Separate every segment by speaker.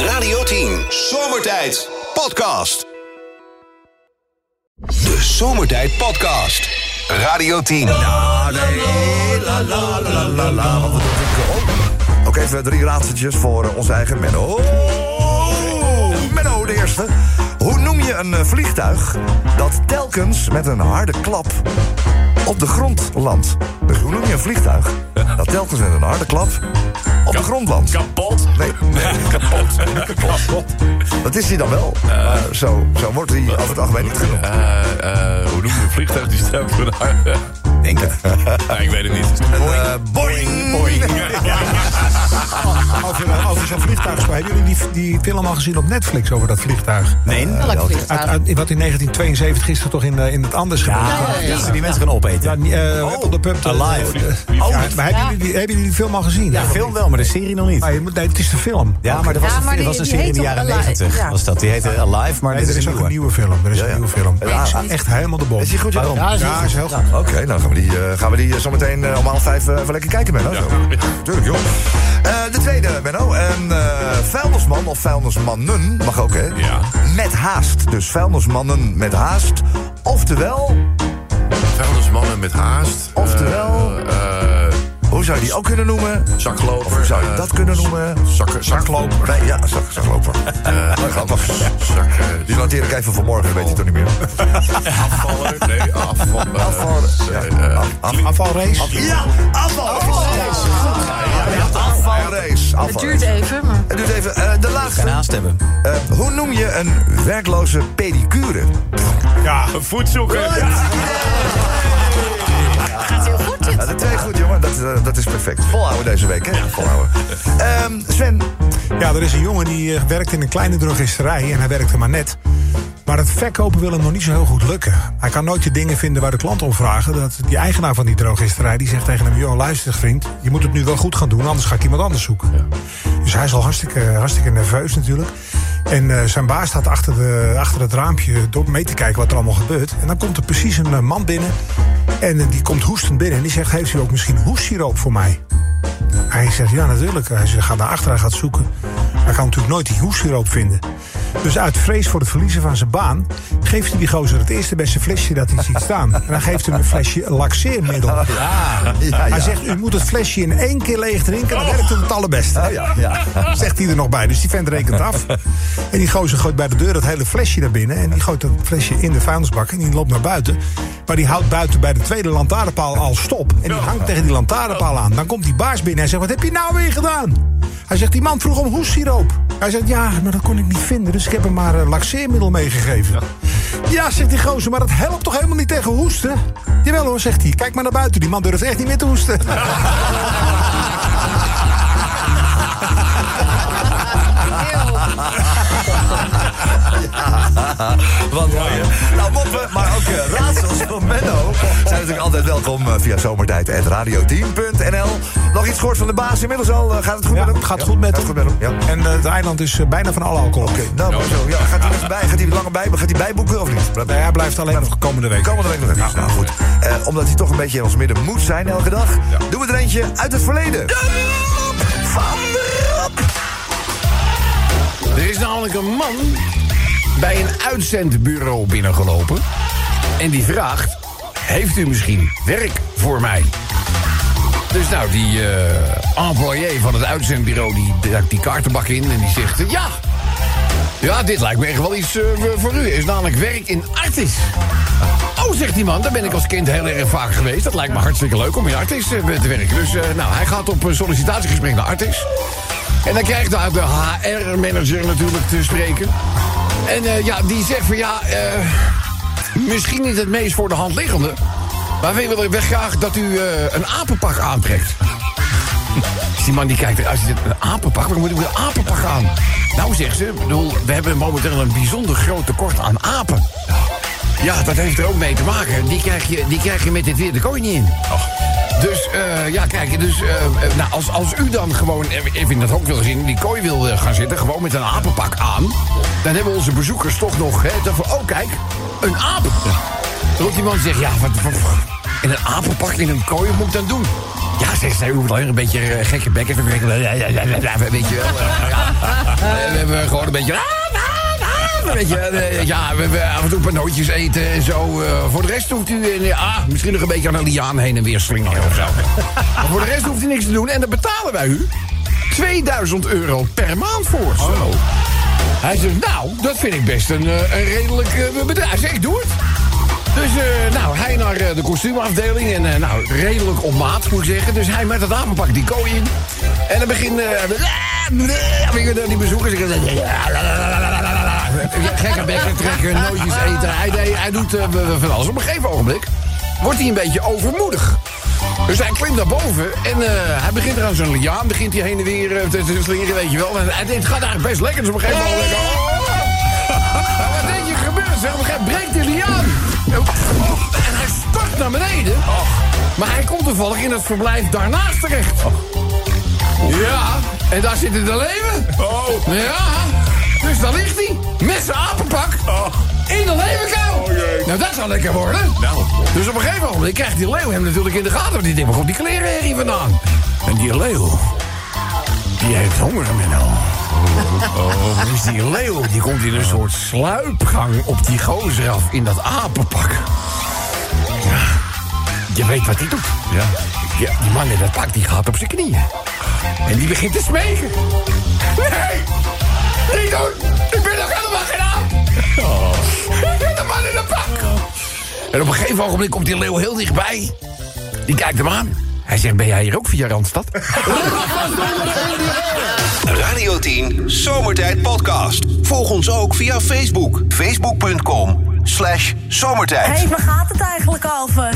Speaker 1: 10. Zomertijd Podcast. De Zomertijd Podcast. Radio 10.
Speaker 2: Ah, nee. La, la, la, la, la. Wat bedoelt ik? Oh. Ook even drie raadseltjes voor eh, onze eigen Menno. Oh, Menno, de eerste. Hoe noem je een eh, vliegtuig dat telkens met een harde klap op de grond landt? Dus hoe noem je een vliegtuig dat telkens met een harde klap op de grond landt?
Speaker 3: Kapot.
Speaker 2: Nee,
Speaker 3: Kapot. Kapot.
Speaker 2: dat is hij dan wel. Maar zo, zo wordt hij over het algemeen niet genoemd.
Speaker 3: Eh, eh, hoe noem je een vliegtuig die staat voor de harde?
Speaker 2: Denk het.
Speaker 3: Nee, ik weet het niet.
Speaker 2: Eh, boing.
Speaker 4: Over, eh, over zo'n vliegtuigspa. Hebben jullie die, die film al gezien op Netflix over dat vliegtuig?
Speaker 5: Nee,
Speaker 6: Welk
Speaker 4: Uit,
Speaker 6: vliegtuig?
Speaker 4: uit- wat in 1972 is er toch in, eh, in het anders gebeurd?
Speaker 6: ja, ja.
Speaker 5: Dat ze die mensen gaan opeten.
Speaker 4: Dan, eh, op de pub. eh,
Speaker 5: Alive.
Speaker 4: eh,
Speaker 5: Oh,
Speaker 4: ja, maar hebben, jullie, die- hebben jullie die film al gezien?
Speaker 5: Ja, film wel, maar de serie nog niet.
Speaker 4: Maar je moet- nee, het is de film.
Speaker 5: Ja, maar er was
Speaker 6: Ja,
Speaker 5: een,
Speaker 6: maar
Speaker 5: er
Speaker 6: die-
Speaker 5: was een
Speaker 6: die
Speaker 5: serie in
Speaker 6: heet
Speaker 5: de
Speaker 6: toch
Speaker 5: jaren
Speaker 6: Alive?
Speaker 5: 90.
Speaker 6: Ja.
Speaker 5: Was dat. Die heette Alive, maar
Speaker 4: Nee,
Speaker 5: dit
Speaker 4: er is ook een
Speaker 5: nieuwe.
Speaker 4: nieuwe film. Er is
Speaker 5: ja.
Speaker 4: een nieuwe film.
Speaker 2: Ja,
Speaker 4: Echt helemaal de bom.
Speaker 2: Is hij goed, Jeroen?
Speaker 5: Waarom?
Speaker 4: Ja, is heel goed.
Speaker 2: Oké, nou gaan we die, eh, gaan we die eh, zometeen eh, om half vijf eh, even lekker kijken, Menno. Zo. Tuurlijk, joh. Eh, de tweede, Menno. Een eh vuilnisman of vuilnismannen, mag ook, hè?
Speaker 3: Ja.
Speaker 2: Met haast. Dus vuilnismannen met haast. Oftewel,
Speaker 3: Vuilnismannen met haast.
Speaker 2: Oftewel?
Speaker 3: Eh, eh,
Speaker 2: hoe zou je die ook kunnen noemen?
Speaker 3: zakloper.
Speaker 2: Of hoe zou je
Speaker 3: eh,
Speaker 2: dat kunnen noemen?
Speaker 3: Zakken, zakloop.
Speaker 2: Nee, ja, zag, zag lopen. Oh, Grappig.
Speaker 3: Zak, eh,
Speaker 2: Die noteer ik even voor morgen, dat weet je toch niet meer.
Speaker 3: afvallen. Nee, afval. eh,
Speaker 2: Afval, ja,
Speaker 3: eh,
Speaker 2: af- af-
Speaker 4: Afvalrace.
Speaker 2: Ja, afvalrace. Afvalrace.
Speaker 6: Het duurt
Speaker 2: afvalrace.
Speaker 6: even, maar...
Speaker 2: Het duurt even. eh, de laatste.
Speaker 5: Geen haast hebben.
Speaker 2: Eh, hoe noem je een werkloze pedicure?
Speaker 3: Ja, een voetzoeker.
Speaker 6: Gaat heel goed,
Speaker 2: Ja,
Speaker 6: dit.
Speaker 2: de twee goed, jongen. Dat, eh, dat is perfect. Volhouden deze week, hè? Volhouden. Ehm, Sven.
Speaker 4: Ja, er is een jongen die eh, werkt in een kleine drogisterij en hij werkte maar net. Maar het verkopen wil hem nog niet zo heel goed lukken. Hij kan nooit de dingen vinden waar de klant om vragen. Dat die eigenaar van die drogisterij die zegt tegen hem... joh, luister vriend, je moet het nu wel goed gaan doen... anders ga ik iemand anders zoeken. Dus hij is al hartstikke, hartstikke nerveus natuurlijk. En eh, zijn baas staat achter, de, achter het raampje door mee te kijken wat er allemaal gebeurt. En dan komt er precies een eh, man binnen. En eh, die komt hoestend binnen en die zegt... heeft u ook misschien hoestsiroop voor mij? Hij zegt, ja, natuurlijk. Hij zegt, ga naar achter, hij gaat zoeken. Hij kan natuurlijk nooit die hoessiroop vinden. Dus uit vrees voor het verliezen van zijn baan... geeft hij die gozer het eerste beste flesje dat hij ziet staan. En hij geeft hem een flesje laxeermiddel.
Speaker 2: Ja, ja.
Speaker 4: Hij zegt, u moet het flesje in één keer leeg drinken... dan werkt het het allerbeste.
Speaker 2: Ja, ja.
Speaker 4: Zegt hij er nog bij, dus die vent rekent af. En die gozer gooit bij de deur dat hele flesje naar binnen... en die gooit dat flesje in de vuilnisbak en die loopt naar buiten. Maar die houdt buiten bij de tweede lantaarnpaal al stop... en die hangt tegen die lantaarnpaal aan. Dan komt die baas binnen en zegt, wat heb je nou weer gedaan? Hij zegt, die man vroeg om hoessiroop. Hij zegt, ja, maar dat kon ik niet vinden, dus ik heb hem maar eh, laxeermiddel meegegeven. Ja, zegt die gozer, maar dat helpt toch helemaal niet tegen hoesten? Jawel hoor, zegt hij. Kijk maar naar buiten, die man durft echt niet meer te hoesten.
Speaker 2: Wat mooi. hè? Nou, moppen, maar ook eh, raadsels van Menno zijn natuurlijk altijd welkom eh, via zomertijd.radioteam.nl. Nog iets gehoord van de baas inmiddels al? Eh, gaat het goed
Speaker 4: Ja,
Speaker 2: met hem?
Speaker 4: gaat goed met
Speaker 2: gaat
Speaker 4: hem.
Speaker 2: goed met hem. Ja.
Speaker 4: En eh, het eiland is eh, bijna van alle alcohol.
Speaker 2: Oké, nou, maar zo. Ja, gaat hij er bij? Gaat hij er langer bij? Gaat hij bijboeken of niet?
Speaker 4: Nee, hij blijft alleen nog komende week.
Speaker 2: Komende week nog even. Nou, goed. Eh, omdat hij toch een beetje in ons midden moet zijn elke dag, doen we er eentje uit het verleden. van de Rob.
Speaker 7: Er is namelijk een man bij een uitzendbureau binnengelopen. En die vraagt: Heeft u misschien werk voor mij? Dus nou, die eh, employé van het uitzendbureau die duikt die kaartenbak in en die zegt: eh, Ja! Ja, dit lijkt me echt wel iets eh, voor u. Er is namelijk werk in Artis. Oh, zegt die man, daar ben ik als kind heel erg vaak geweest. Dat lijkt me hartstikke leuk om in Artis eh, te werken. Dus eh, nou, hij gaat op een sollicitatiegesprek naar Artis. En dan krijgt daar de HR-manager natuurlijk te spreken. En eh, ja, die zegt van ja, eh, misschien niet het meest voor de hand liggende. Maar we willen wel graag dat u eh, een apenpak aantrekt. Dus die man die kijkt eruit en zegt, een apenpak? Waarom moet ik een apenpak aan? Nou, zegt ze, ik bedoel, we hebben momenteel een bijzonder groot tekort aan apen. Ja, dat heeft er ook mee te maken. Die krijg je, die krijg je met dit weer de kooi niet in. Dus eh, ja, kijk, dus, eh, eh, nou, als, als u dan gewoon even even in dat hok wil zien, die kooi wil eh, gaan zitten, gewoon met een apenpak aan, dan hebben onze bezoekers toch nog, hè, dan van, oh kijk, een aap. Dan roept die man en zegt, ja, wat, wat, wat, in een apenpak, in een kooi, wat moet ik dan doen? Ja, zegt zij, u moet alleen een beetje eh, gekke bekken te breken. Ja, ja, ja, ja, ja, weet je wel. eh, ja. Eh, we hebben gewoon een beetje... ah, Weet je, eh, ja, we, we af en toe een paar nootjes eten en zo. Eh, voor de rest hoeft u eh, ah, misschien nog een beetje aan een liaan heen en weer slingeren of zo. maar voor de rest hoeft u niks te doen. En daar betalen wij u 2000 euro per maand voor. Zo. Hij zegt, nou, dat vind ik best een, eh, een redelijk eh, bedrag. Hij zegt, ik doe het. Dus eh, nou, hij naar eh, de kostuumafdeling. En eh, nou, redelijk op maat, moet ik zeggen. Dus hij met het apenpak die kooi in. En dan begint... eh weet je, dan die bezoekers... Ja, Gekke bekken trekken, nootjes eten. Hij, deed- hij doet eh, van alles. Op een gegeven ogenblik wordt hij een beetje overmoedig. Dus hij klimt naar boven en eh, hij begint er aan zo'n liaan. Begint hij heen en weer eh, te, te slingeren, weet je wel. En hij denkt, het gaat eigenlijk best lekker. Dus op een gegeven moment... Maar Wat denk je gebeurt? Zeg, op een gegeven moment breekt hij die aan. Oh, En hij stort naar beneden.
Speaker 3: Oh.
Speaker 7: Maar hij komt toevallig in het verblijf daarnaast terecht. Ja, en daar zit het de leeuwen.
Speaker 3: Oh.
Speaker 7: Ja, dus daar ligt hij. Met zijn apenpak. In de leeuwenkou.
Speaker 3: Oh, jee.
Speaker 7: nou, dat zou lekker worden.
Speaker 3: Nou.
Speaker 7: Dus op een gegeven moment krijgt die leeuw hem natuurlijk in de gaten. Want die denkt, waar komt die klerenherrie vandaan? En die leeuw, die heeft honger, Menno. Oh. Dus die leeuw, die komt in een soort sluipgang op die gozer af in dat apenpak. Ja, je weet wat hij doet. Ja. die man in dat pak, die gaat op zijn knieën. En die begint te smeken. Nee! Niet doen! Ik ben nog helemaal geen aap! Oh. Ik ben de man in het pak! En op een gegeven ogenblik komt die leeuw heel dichtbij. Die kijkt hem aan. Hij zegt, ben jij hier ook via Randstad?
Speaker 1: Radio 10 Zomertijd Podcast. Volg ons ook via Facebook. Facebook.com slash
Speaker 6: Hé,
Speaker 1: zomertijd.
Speaker 6: hey, waar gaat het eigenlijk over?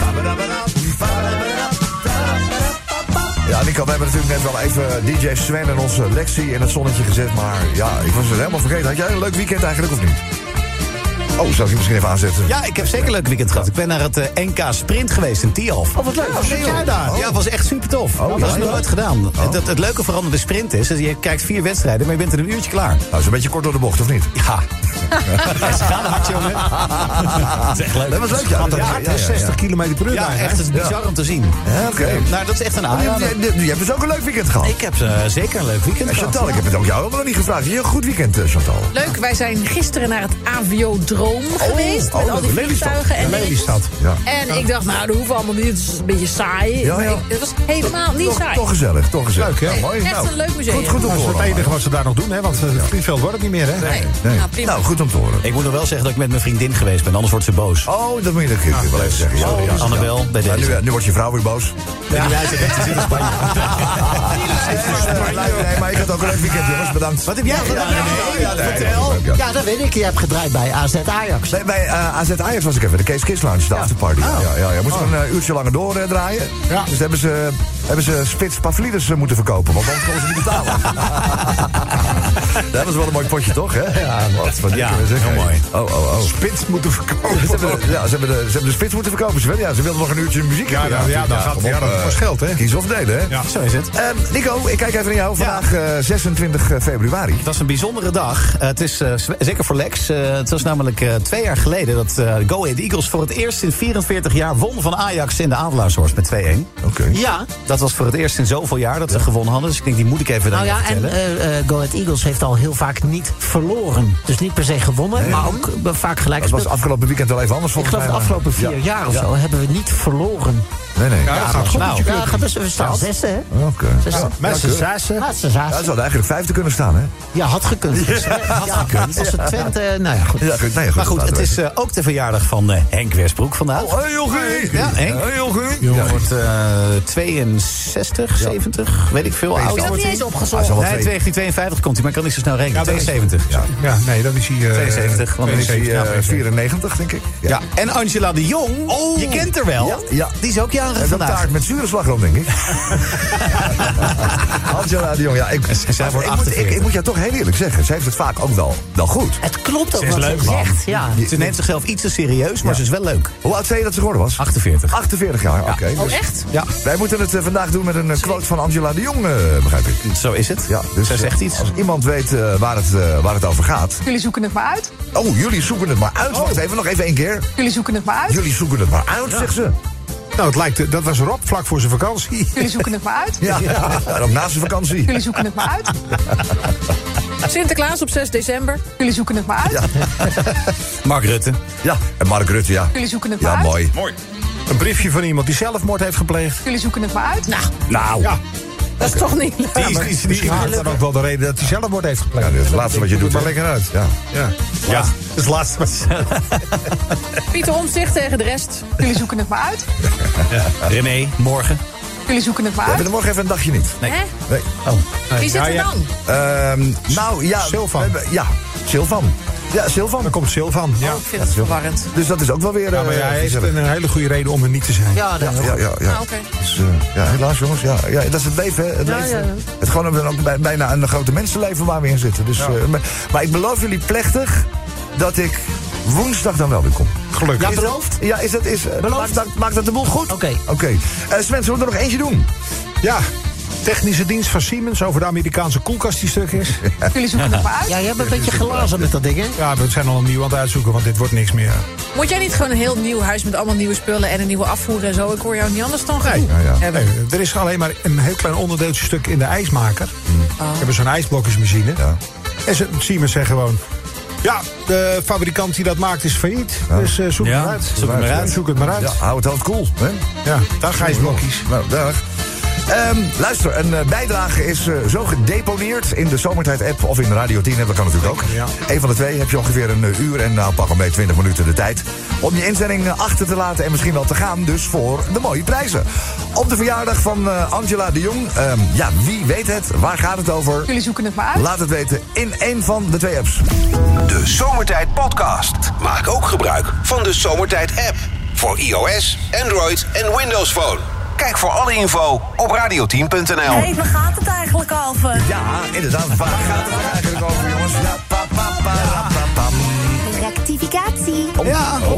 Speaker 2: Ja, Nico, we hebben natuurlijk net wel even DJ Sven en onze Lexi in het zonnetje gezet. Maar ja, ik was het helemaal vergeten. Had jij een leuk weekend eigenlijk of niet? Oh, zal ik je misschien even aanzetten?
Speaker 5: Ja, ik heb zeker een leuk weekend gehad. Ik ben naar het eh, NK Sprint geweest in Tialf.
Speaker 2: Oh, wat leuk.
Speaker 5: was
Speaker 2: Heel.
Speaker 5: jij daar?
Speaker 2: Oh.
Speaker 5: Ja, het was echt super tof.
Speaker 2: Oh,
Speaker 5: dat
Speaker 2: ja,
Speaker 5: is nog
Speaker 2: ja.
Speaker 5: nooit gedaan. Het, het leuke vooral aan de sprint is, dat je kijkt vier wedstrijden, maar je bent er een uurtje klaar.
Speaker 2: Nou, is een beetje kort door de bocht, of niet?
Speaker 5: Ja. Ze gaan hard, jongen. Dat is echt leuk.
Speaker 2: Dat was leuk, ja.
Speaker 5: Want het
Speaker 2: Ja,
Speaker 5: hard
Speaker 2: ja,
Speaker 5: is
Speaker 2: ja,
Speaker 5: 60
Speaker 2: ja.
Speaker 5: km per uur
Speaker 2: Ja,
Speaker 5: daar, hè?
Speaker 2: echt,
Speaker 5: het is bizar om te zien.
Speaker 2: Ja, oké.
Speaker 5: Nou, dat is echt een
Speaker 2: Je,
Speaker 5: aanrader.
Speaker 2: je- je- je hebt dus ook een leuk weekend gehad.
Speaker 5: Ik heb eh, zeker een leuk weekend
Speaker 2: En
Speaker 5: gehad.
Speaker 2: Chantal, ik heb het ook jou helemaal niet gevraagd. Je een goed weekend, eh, Chantal.
Speaker 8: Leuk, wij zijn gisteren naar het AVO-droom geweest.
Speaker 2: oh,
Speaker 8: met al die
Speaker 2: leuk. Lelystad.
Speaker 8: vliegtuigen en
Speaker 5: Lelystad.
Speaker 2: Ja.
Speaker 8: En ik dacht, nou, dat hoeft allemaal niet. Het is een beetje saai.
Speaker 2: Ja, ja.
Speaker 8: Maar ik- het was helemaal niet
Speaker 2: toch,
Speaker 8: saai.
Speaker 2: toch gezellig, toch gezellig.
Speaker 4: Leuk, hè?
Speaker 2: Ja, mooi.
Speaker 8: Echt
Speaker 2: Nou,
Speaker 8: een leuk museum.
Speaker 2: Goed, goed om
Speaker 4: Dat
Speaker 2: te
Speaker 4: is het
Speaker 2: horen.
Speaker 4: enige wat ze daar nog doen, hè? Want eh, het vliegveld wordt het niet meer, hè?
Speaker 8: Nee.
Speaker 2: Nee.
Speaker 8: Nou, prima.
Speaker 2: Nou, goed om te horen.
Speaker 5: Ik moet nog wel zeggen dat ik met mijn vriendin geweest ben, anders wordt ze boos.
Speaker 2: Oh, dat moet je natuurlijk wel even zeggen. Ja, Oh, ja.
Speaker 5: Annabel, bij
Speaker 2: Ja,
Speaker 5: deze.
Speaker 2: nu, eh, nu wordt je vrouw weer boos.
Speaker 5: Ja. Die luistert echt te zien in Spanje.
Speaker 2: Nee, maar ik had ook een leuk weekend, jongens. Bedankt.
Speaker 5: Wat heb jij gedaan? Vertel.
Speaker 9: Ja, dat weet ik. Je hebt gedraaid bij AZ Ajax.
Speaker 2: Nee, bij eh, AZ Ajax was ik even, de Kees Kiss Lounge, de afterparty. Ja, ja, ja. Moesten we een eh, uurtje langer doordraaien.
Speaker 4: Ah. Ja.
Speaker 2: Dus hebben ze, hebben ze Spits Pavlidis eh, moeten verkopen, want anders konden ze niet betalen. dat was wel een mooi potje, toch? Hè? Ja, wat van die
Speaker 5: Ja,
Speaker 2: kunnen we zeggen.
Speaker 5: heel mooi.
Speaker 2: Oh, oh, oh.
Speaker 4: Spits moeten
Speaker 2: Ze
Speaker 4: verkopen.
Speaker 2: hebben, de- ja, ze, hebben de, ze hebben de spits moeten verkopen. Ze, wilden- ja, ze wilden nog een uurtje muziek
Speaker 4: Ja,
Speaker 2: hebben.
Speaker 4: nou, ja, dan gaat
Speaker 2: kom
Speaker 4: ja,
Speaker 2: op,
Speaker 4: dat
Speaker 2: eh,
Speaker 4: kost geld, hè?
Speaker 2: Kiezen of delen, hè?
Speaker 4: Ja.
Speaker 5: Zo is het.
Speaker 2: Ehm, Nico, ik kijk even naar jou. Vandaag eh, 26 februari.
Speaker 5: Het was een bijzondere dag. Eh, het is eh, z- zeker voor Lex. Eh, het was namelijk eh, twee jaar geleden dat eh Go Ahead Eagles voor het eerst in 44 jaar won van Ajax in de Adelaarshorst met 2-1.
Speaker 2: Oké.
Speaker 9: Ja.
Speaker 5: Dat was voor het eerst in zoveel jaar dat ze gewonnen hadden. Dus ik denk, die moet ik even
Speaker 9: Nou
Speaker 5: dan
Speaker 9: ja, en
Speaker 5: vertellen.
Speaker 9: eh, eh, Go Ahead Eagles heeft al heel vaak niet verloren. Dus niet per se gewonnen, maar ook eh, vaak gelijk
Speaker 2: Dat was
Speaker 9: gespeeld.
Speaker 2: afgelopen weekend wel even anders
Speaker 9: Ik
Speaker 2: volgens
Speaker 9: geloof
Speaker 2: mij.
Speaker 9: de
Speaker 2: maar-
Speaker 9: afgelopen vier
Speaker 2: Ja.
Speaker 9: jaar of zo hebben we niet verloren.
Speaker 2: Nee,
Speaker 9: Nou.
Speaker 2: nee.
Speaker 4: Ja, dat gaat goed met je
Speaker 9: Ja,
Speaker 4: club.
Speaker 9: gaat best, we staan zesde, hè?
Speaker 2: Oké.
Speaker 5: Dus-
Speaker 9: Zesde. Ja,
Speaker 4: Met z'n zessen.
Speaker 9: ze
Speaker 2: Ja,
Speaker 9: zaten.
Speaker 2: ze hadden eigenlijk vijfde kunnen staan, hè?
Speaker 9: Ja, had gekund. Had gekund. Als het Twente, nou ja, goed.
Speaker 2: Ja, goed. Nee, goed.
Speaker 5: Maar goed,
Speaker 2: laten
Speaker 5: het
Speaker 2: we
Speaker 5: is eh, ook de verjaardag van eh, Henk Westbroek vandaag.
Speaker 2: even. Hey, Jochie!
Speaker 5: Ja, Henk.
Speaker 2: Hey, Jochie!
Speaker 5: Jongen wordt eh, 62, 70, weet ik veel.
Speaker 8: Ik
Speaker 5: Oud.
Speaker 8: heb dat niet eens
Speaker 2: Hij
Speaker 8: opgezocht.
Speaker 2: zal wel
Speaker 5: Nee,
Speaker 2: twee-
Speaker 5: 1952 komt hij, maar ik kan niet zo snel rekenen.
Speaker 4: Ja, dat is-
Speaker 5: 72. Ja.
Speaker 4: Ja, nee, dan is hij... eh,
Speaker 5: 72, want dan is hij,
Speaker 4: 72,
Speaker 2: Die, eh,
Speaker 4: ja, 72.
Speaker 2: 94, denk ik.
Speaker 5: Ja, en Angela de Jong, je kent haar wel.
Speaker 2: Oh. Ja, ja.
Speaker 5: Die is ook jarig
Speaker 2: En dat
Speaker 5: vandaag.
Speaker 2: taart met zure slagroom, denk ik. Angela de Jong, ja. Ik,
Speaker 5: zij
Speaker 2: maar
Speaker 5: wordt
Speaker 2: ik, moet, ik,
Speaker 5: 48.
Speaker 2: ik moet jou toch heel eerlijk zeggen. Ze heeft het vaak ook wel, wel goed.
Speaker 9: Het klopt ook
Speaker 5: is
Speaker 9: wat
Speaker 5: leuk,
Speaker 9: ze
Speaker 5: man.
Speaker 9: zegt. Ja.
Speaker 5: Ze neemt zichzelf iets te serieus, maar ze is wel leuk.
Speaker 2: Hoe oud zei je dat ze geworden was?
Speaker 5: 48.
Speaker 2: 48 jaar, oké.
Speaker 8: Oh,
Speaker 2: dus
Speaker 8: echt?
Speaker 5: Ja,
Speaker 2: wij moeten het eh, vandaag doen met een eh, quote van Angela de Jong, eh, begrijp ik.
Speaker 5: zo is het.
Speaker 2: Ja, dus
Speaker 5: Zij zegt
Speaker 2: eh,
Speaker 5: iets.
Speaker 2: Als iemand weet eh, waar, het, eh, waar het over gaat.
Speaker 10: Jullie zoeken het maar uit.
Speaker 2: Oh, jullie zoeken het maar uit. Wacht even, nog even één keer.
Speaker 10: Jullie zoeken het maar uit.
Speaker 2: Jullie zoeken het maar uit, zegt ze.
Speaker 4: Nou, het lijkt, eh, dat was Rob vlak voor zijn vakantie.
Speaker 10: Jullie zoeken het maar uit.
Speaker 2: Ja, en ook naast de vakantie.
Speaker 10: Jullie zoeken het maar uit.
Speaker 8: Sinterklaas op 6 december.
Speaker 10: Jullie zoeken het maar uit.
Speaker 5: Mark Rutte.
Speaker 2: Ja, en Mark Rutte, ja.
Speaker 10: Jullie zoeken het maar
Speaker 2: Ja,
Speaker 10: uit.
Speaker 2: mooi.
Speaker 3: Mooi.
Speaker 4: Een briefje van iemand die zelfmoord heeft gepleegd.
Speaker 10: Jullie zoeken het maar uit. Nou,
Speaker 2: Nou,
Speaker 4: Ja,
Speaker 8: Dat is toch niet leuk?
Speaker 4: die is, die, die, dat is dan ook wel de reden dat hij zelfmoord heeft gepleegd.
Speaker 2: ja, dit is het laatste wat je doet.
Speaker 4: maar
Speaker 2: hè?
Speaker 4: lekker uit.
Speaker 2: Ja.
Speaker 4: Ja.
Speaker 3: Ja.
Speaker 4: Dat is het laatste wat je
Speaker 8: Pieter Omtzigt tegen de rest.
Speaker 10: jullie zoeken het maar uit.
Speaker 5: René, morgen.
Speaker 10: Jullie zoeken het maar
Speaker 2: We
Speaker 10: uit.
Speaker 2: hebben er morgen even een dagje niet.
Speaker 8: Hè?
Speaker 2: Nee.
Speaker 8: Wie zit
Speaker 4: Ja,
Speaker 8: er
Speaker 4: ja.
Speaker 8: dan?
Speaker 2: Ehm, nou, ja.
Speaker 4: Silvan.
Speaker 2: we hebben- Ja, Silvan. Ja, Silvan.
Speaker 4: Daar komt Silvan. Ja.
Speaker 8: Ik vind het verwarrend.
Speaker 2: Dus dat is ook wel weer...
Speaker 4: Ja, maar
Speaker 2: eh,
Speaker 4: hij heeft
Speaker 2: gezellig.
Speaker 4: een hele goede reden om er niet te zijn.
Speaker 9: Ja, dat
Speaker 2: Ja, ja, ja.
Speaker 8: Ah, oké.
Speaker 2: Dus, eh, ja, helaas jongens. Ja, ja, dat is het leven. hè. Het,
Speaker 9: Ja,
Speaker 2: leven.
Speaker 9: ja, ja.
Speaker 2: het gewoon ook- ook bij- bijna een grote mensenleven waar we in zitten. Dus, eh, maar, maar ik beloof jullie plechtig dat ik woensdag dan wel weer kom.
Speaker 4: Gelukkig.
Speaker 2: Is dat- Ja, is dat, is, eh,
Speaker 9: Beloofd?
Speaker 2: maakt, dat, maakt dat de boel goed?
Speaker 9: Oké.
Speaker 2: Oké. Eh, Sven, zullen we er nog eentje doen?
Speaker 4: Ja. Technische dienst van Siemens over de Amerikaanse koelkast die stuk is.
Speaker 10: Jullie zoeken het maar uit.
Speaker 9: Ja, jij bent een beetje glazen met dat ding, hè?
Speaker 4: Ja, we zijn al een nieuw aan het uitzoeken, want dit wordt niks meer.
Speaker 8: Moet jij niet gewoon een heel nieuw huis met allemaal nieuwe spullen en een nieuwe afvoer en zo? Ik hoor jou niet anders dan gedoe
Speaker 2: ja, ja.
Speaker 8: hebben.
Speaker 4: Nee, er is alleen maar een heel klein onderdeeltje stuk in de ijsmaker. We hebben zo'n ijsblokjesmachine.
Speaker 2: Mm. Ah. Ja.
Speaker 4: En ze, Siemens zegt gewoon... Ja, de fabrikant die dat maakt is failliet. Dus eh, zoek het
Speaker 5: Ja,
Speaker 4: maar uit.
Speaker 5: zoek het maar uit.
Speaker 4: Zoek het maar uit.
Speaker 2: Ja, hou het hoofd cool. Hè?
Speaker 4: Ja, dag ijsblokjes.
Speaker 2: Nou, dag. Ehm, luister, een eh, bijdrage is eh, zo gedeponeerd in de Zomertijd-app of in Radio 10. hè, Dat kan natuurlijk ook.
Speaker 4: Ja.
Speaker 2: Een van de twee heb je ongeveer een eh, uur en nou, pak hem mee 20 minuten de tijd. Om je inzending eh, achter te laten en misschien wel te gaan dus voor de mooie prijzen. Op de verjaardag van eh, Angela de Jong. ehm, ja, wie weet het? Waar gaat het over?
Speaker 10: Jullie zoeken het maar uit.
Speaker 2: Laat het weten in één van de twee apps.
Speaker 1: De Zomertijd Podcast. Maak ook gebruik van de Zomertijd app. Voor iOS, Android en Windows Phone. Kijk voor alle info op radio10.nl.
Speaker 6: Hé, waar gaat het eigenlijk over?
Speaker 2: Ja, inderdaad. Waar gaat het eigenlijk over, jongens? Ja, pa, pa, pa, ra, pa, pam.
Speaker 11: Rectificatie.
Speaker 2: Ja. Oh,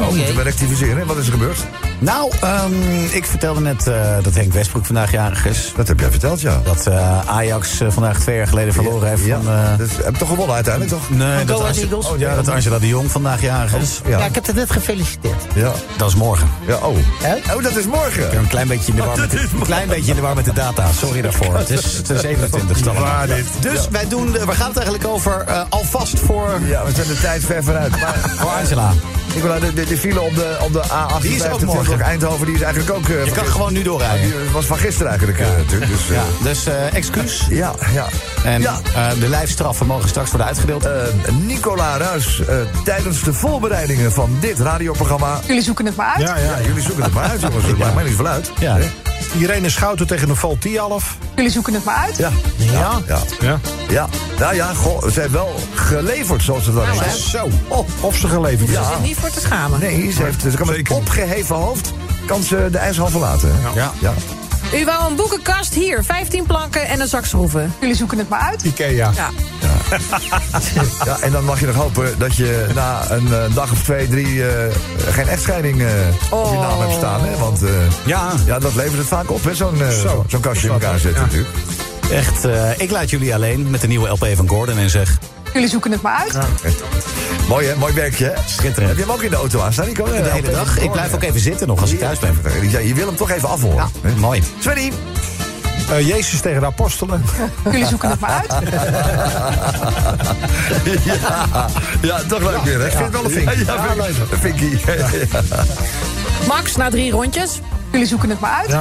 Speaker 2: oh, moeten we rectificeren. hè? Wat is er gebeurd?
Speaker 5: Nou, ehm, ik vertelde net eh, dat Henk Westbroek vandaag jarig is.
Speaker 2: Dat heb jij verteld, ja.
Speaker 5: Dat eh, Ajax eh, vandaag twee jaar geleden verloren heeft
Speaker 2: Ja,
Speaker 5: van... eh,
Speaker 2: dat heb toch gewonnen uiteindelijk, toch?
Speaker 5: nee,
Speaker 9: Van
Speaker 5: dat,
Speaker 9: Go Ahead
Speaker 5: Ange-
Speaker 9: Eagles. Oh,
Speaker 5: oh, ja, dat Angela de Jong vandaag jarig is.
Speaker 9: Ja,
Speaker 2: Ja.
Speaker 9: ik heb het net gefeliciteerd.
Speaker 2: Ja.
Speaker 5: Dat is morgen.
Speaker 2: Ja, oh.
Speaker 9: Hè?
Speaker 2: Oh, dat is morgen.
Speaker 5: Ik ben een klein beetje in de war met de, een klein beetje in de, war met de data. Sorry daarvoor. Het is de 27 ste Dus wij doen, eh, waar gaat het eigenlijk over? Eh, alvast voor,
Speaker 2: Ja, we zijn de tijd ver vanuit. Maar eh,
Speaker 5: voor Angela.
Speaker 2: Nicola, de, de, de file op de, op de A58
Speaker 5: Die is ook morgen.
Speaker 2: Tilburg, Eindhoven, die is eigenlijk ook... eh,
Speaker 5: Je
Speaker 2: van-
Speaker 5: kan gewoon nu doorrijden.
Speaker 2: Die was van gisteren eigenlijk eh, natuurlijk. Dus, eh,
Speaker 5: Ja, dus eh, excuus.
Speaker 2: ja, ja.
Speaker 5: En
Speaker 2: ja.
Speaker 5: eh, de lijfstraffen mogen straks worden uitgedeeld.
Speaker 2: eh, Nicola Ruis, eh, tijdens de voorbereidingen van dit radioprogramma...
Speaker 10: Jullie zoeken het maar uit.
Speaker 4: Ja, ja.
Speaker 2: Ja, jullie zoeken het maar uit, jongens. Het maakt mij niet veel uit.
Speaker 5: Ja.
Speaker 2: Nee.
Speaker 4: Irene Schouten tegen een Valtialf.
Speaker 10: Jullie zoeken het maar uit.
Speaker 2: Ja.
Speaker 9: Ja.
Speaker 2: Ja.
Speaker 4: Ja.
Speaker 2: Ja. Nou ja, goh, ze hebben wel geleverd, zoals ze dat zeggen.
Speaker 4: Zo. Oh, of ze geleverd.
Speaker 2: Ja.
Speaker 8: Zit niet voor te schamen.
Speaker 2: Ah, Nee, ze, heeft, ze kan met
Speaker 4: Zeker.
Speaker 2: opgeheven hoofd kan ze de ijshal verlaten. hè?
Speaker 5: Ja.
Speaker 2: ja.
Speaker 8: U wou een boekenkast hier, 15 planken en een zak schroeven.
Speaker 10: Jullie zoeken het maar uit.
Speaker 4: Ikea.
Speaker 8: Ja,
Speaker 2: Ja, en dan mag je nog hopen dat je na een eh, dag of twee, drie eh, geen echtscheiding eh op je naam hebt staan. Hè? Want eh,
Speaker 5: Ja.
Speaker 2: ja, dat levert het vaak op, hè? zo'n eh,
Speaker 4: Zo.
Speaker 2: zo- zo'n kastje in elkaar zetten
Speaker 4: Ja.
Speaker 2: natuurlijk.
Speaker 5: Echt, eh, ik laat jullie alleen met de nieuwe LP van Gordon en zeg...
Speaker 10: Jullie zoeken het maar uit.
Speaker 2: Mooi hè, mooi werkje hè?
Speaker 5: Schitterend.
Speaker 2: Heb je hem ook in de auto aanstaan, Nico?
Speaker 5: De hele dag. Ik blijf ook even zitten nog als ik thuis ben.
Speaker 2: Ja, je wil hem toch even afhoren.
Speaker 5: Ja,
Speaker 2: hè?
Speaker 5: mooi.
Speaker 2: Svenny,
Speaker 4: Eh, Jezus tegen de apostelen.
Speaker 10: Jullie zoeken het maar uit.
Speaker 2: ja, ja, toch leuk weer, hè? Ik vind het wel een vinkie. Ja, ja, vind- vinkie.
Speaker 8: Max, na drie rondjes.
Speaker 10: Jullie zoeken het maar uit.